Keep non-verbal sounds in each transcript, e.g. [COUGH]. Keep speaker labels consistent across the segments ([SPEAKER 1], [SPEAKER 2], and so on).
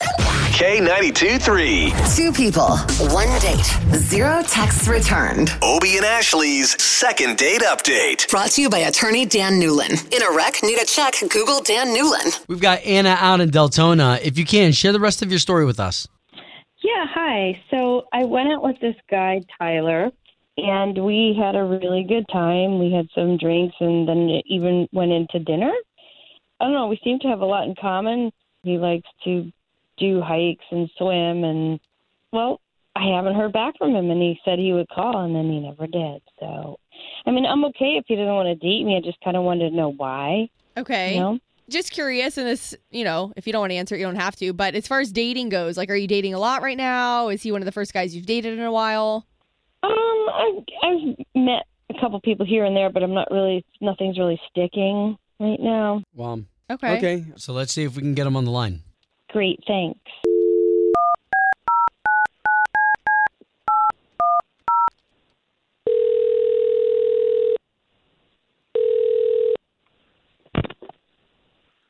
[SPEAKER 1] K92 3.
[SPEAKER 2] Two people, one date, zero texts returned.
[SPEAKER 1] Obie and Ashley's second date update.
[SPEAKER 2] Brought to you by attorney Dan Newlin. In a wreck, need a check, Google Dan Newlin.
[SPEAKER 3] We've got Anna out in Deltona. If you can, share the rest of your story with us.
[SPEAKER 4] Yeah, hi. So I went out with this guy, Tyler, and we had a really good time. We had some drinks and then even went into dinner. I don't know, we seem to have a lot in common. He likes to do hikes and swim and well, I haven't heard back from him and he said he would call and then he never did. So I mean, I'm okay if he doesn't want to date me. I just kind of wanted to know why,
[SPEAKER 5] Okay.
[SPEAKER 4] you know?
[SPEAKER 5] Just curious, and this, you know, if you don't want to answer, it, you don't have to. But as far as dating goes, like, are you dating a lot right now? Is he one of the first guys you've dated in a while?
[SPEAKER 4] Um, I, I've met a couple people here and there, but I'm not really, nothing's really sticking right now.
[SPEAKER 3] Wow.
[SPEAKER 5] Okay.
[SPEAKER 3] So let's see if we can get him on the line.
[SPEAKER 4] Great, thanks.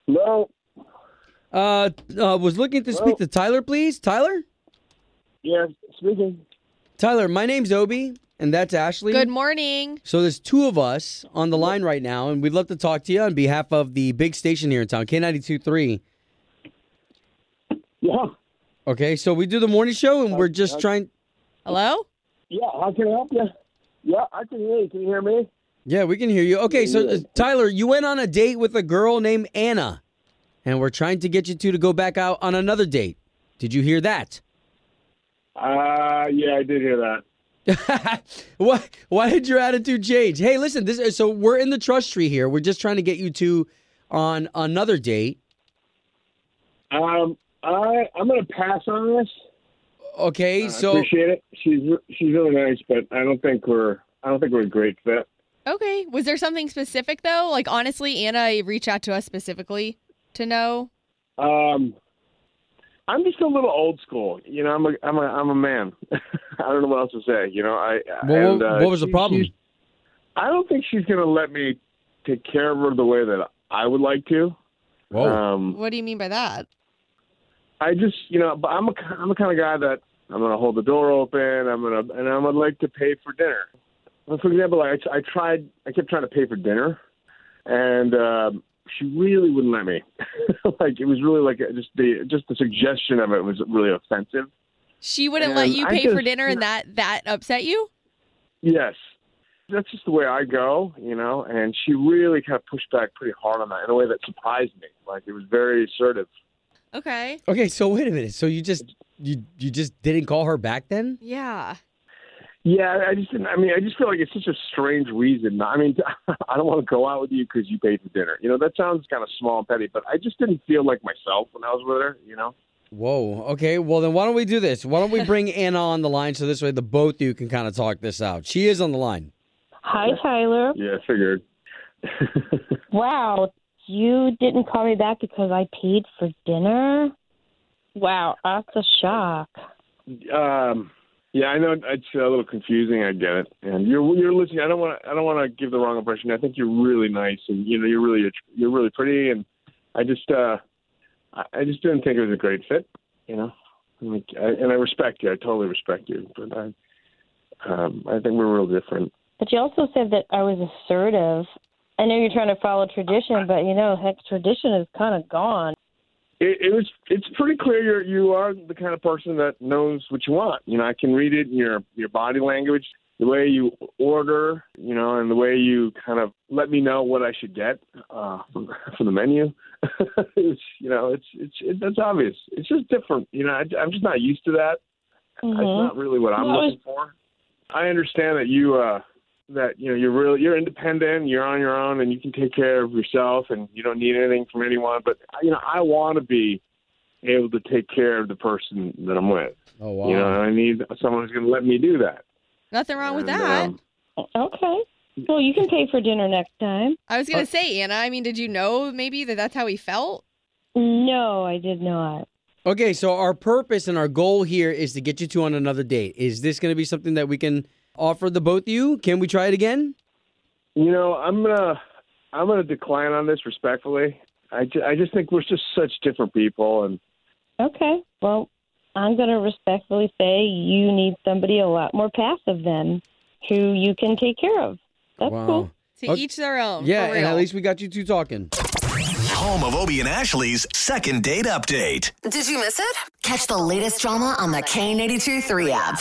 [SPEAKER 6] No.
[SPEAKER 3] Uh, uh was looking to speak to Tyler, please. Tyler?
[SPEAKER 6] Yeah, speaking.
[SPEAKER 3] Tyler, my name's Obi, and that's Ashley.
[SPEAKER 5] Good morning.
[SPEAKER 3] So there's two of us on the line right now, and we'd love to talk to you on behalf of the big station here in town, K92.3.
[SPEAKER 6] Yeah. Uh,
[SPEAKER 3] Okay, so we do the morning show, and we're just trying.
[SPEAKER 5] Hello?
[SPEAKER 6] Yeah, I can I help you. Yeah, I can hear you. Can you hear me?
[SPEAKER 3] Yeah, we can hear you. Okay, so uh, Tyler, you went on a date with a girl named Anna, and we're trying to get you two to go back out on another date. Did you hear that? [LAUGHS]
[SPEAKER 6] Uh, yeah, I did hear that.
[SPEAKER 3] why, why did your attitude change? Hey, listen, this is, so we're in the trust tree here. We're just trying to get you two on another date.
[SPEAKER 6] Um, I I'm gonna pass on this.
[SPEAKER 3] Okay,
[SPEAKER 6] I
[SPEAKER 3] so
[SPEAKER 6] appreciate it. She's she's really nice, but I don't think we're I don't think we're a great fit.
[SPEAKER 5] Okay. Was there something specific, though? Like, honestly, Anna reached out to us specifically to know.
[SPEAKER 6] Um, I'm just a little old school. You know, I'm a I'm a I'm a man. [LAUGHS] I don't know what else to say. You know, I
[SPEAKER 3] Well,
[SPEAKER 6] and, uh,
[SPEAKER 3] what was the
[SPEAKER 6] she-
[SPEAKER 3] problem?
[SPEAKER 6] she's- I don't think she's gonna let me take care of her the way that I would like to. Um,
[SPEAKER 5] What do you mean by that?
[SPEAKER 6] I just, you know, but I'm a, I'm the kind of guy that I'm gonna hold the door open. I'm gonna, and I would like to pay for dinner. But for example, like I, I tried, I kept trying to pay for dinner, and um, she really wouldn't let me. [LAUGHS] like it was really like uh, just the just the suggestion of it was really offensive.
[SPEAKER 5] She wouldn't let
[SPEAKER 6] Um,
[SPEAKER 5] you
[SPEAKER 6] I
[SPEAKER 5] pay for
[SPEAKER 6] just-
[SPEAKER 5] dinner, and that that upset you?
[SPEAKER 6] Yes, that's just the way I go, you know. And she really kind of pushed back pretty hard on that in a way that surprised me. Like it was very assertive.
[SPEAKER 5] Okay.
[SPEAKER 3] okay, so wait a minute. So you just you you just didn't call her back then?
[SPEAKER 5] Yeah.
[SPEAKER 6] Yeah, I just didn't. I mean, I just feel like it's such a strange reason. I mean, [LAUGHS] I don't want to go out with you because you paid for dinner. You know, that sounds kind of small and petty, but I just didn't feel like myself when I was with her. You know,
[SPEAKER 3] Whoa. Okay. Well, then why don't we do this? Why don't we bring [LAUGHS] Anna on the line so this way the both of you can kind of talk this out? She is on the line.
[SPEAKER 4] Hi, Tyler.
[SPEAKER 6] yeah, I figured.
[SPEAKER 4] Wow, you didn't call me back because I paid for dinner? Wow, that's a shock.
[SPEAKER 6] um, yeah, I know it's a little confusing. I get it, and you're you're listening. I don't want to. I don't want to give the wrong impression. I think you're really nice, and you know, you're really you're really pretty, and I just uh, I I just didn't think it was a great fit. You know, like, I, and I respect you. I totally respect you, but I. Um, I think we're real different.
[SPEAKER 4] But you also said that I was assertive. I know you're trying to follow tradition, but you know, heck, tradition is kind of gone.
[SPEAKER 6] it, it was it's pretty clear you're you are the kind of person that knows what you want. You know, I can read it in your your body language, the way you order, you know, and the way you kind of let me know what I should get uh, from, from the menu. [LAUGHS] it's, you know, it's it's it, that's obvious. It's just different. You know, I, I'm just not used to that. It's
[SPEAKER 5] Mm-hmm.
[SPEAKER 4] Mhm.
[SPEAKER 6] not really what I'm
[SPEAKER 4] Well,
[SPEAKER 6] looking for. I understand that you uh that you know you're really you're independent, you're on your own, and you can take care of yourself, and you don't need anything from anyone. But you know, I want to be able to take care of the person that I'm with.
[SPEAKER 3] Oh wow.
[SPEAKER 6] You know, and I need someone who's going to let me do that.
[SPEAKER 5] Nothing wrong with
[SPEAKER 6] And,
[SPEAKER 5] that.
[SPEAKER 6] um,
[SPEAKER 4] Okay. Well, you can pay for dinner next time.
[SPEAKER 5] I
[SPEAKER 6] uh
[SPEAKER 5] was gonna say, Anna. I mean, did you know maybe that that's how he felt?
[SPEAKER 4] No, I did not.
[SPEAKER 3] Okay, so our purpose and our goal here is to get you two on another date. Is this going to be something that we can offer the both of you? Can we try it again?
[SPEAKER 6] you know, I'm gonna I'm gonna decline on this respectfully. I, ju- I just think we're just such different people, and
[SPEAKER 4] Okay. Well, I'm going to respectfully say you need somebody a lot more passive than who you can take care of. That's cool.
[SPEAKER 6] Uh,
[SPEAKER 5] To
[SPEAKER 3] Okay.
[SPEAKER 5] each their own.
[SPEAKER 3] Yeah,
[SPEAKER 5] Oh, for
[SPEAKER 3] and at
[SPEAKER 5] real.
[SPEAKER 3] least we got you two talking.
[SPEAKER 1] Home of Obie and Ashley's second date update.
[SPEAKER 2] Did you miss it? Catch the latest drama on the K82 3 app.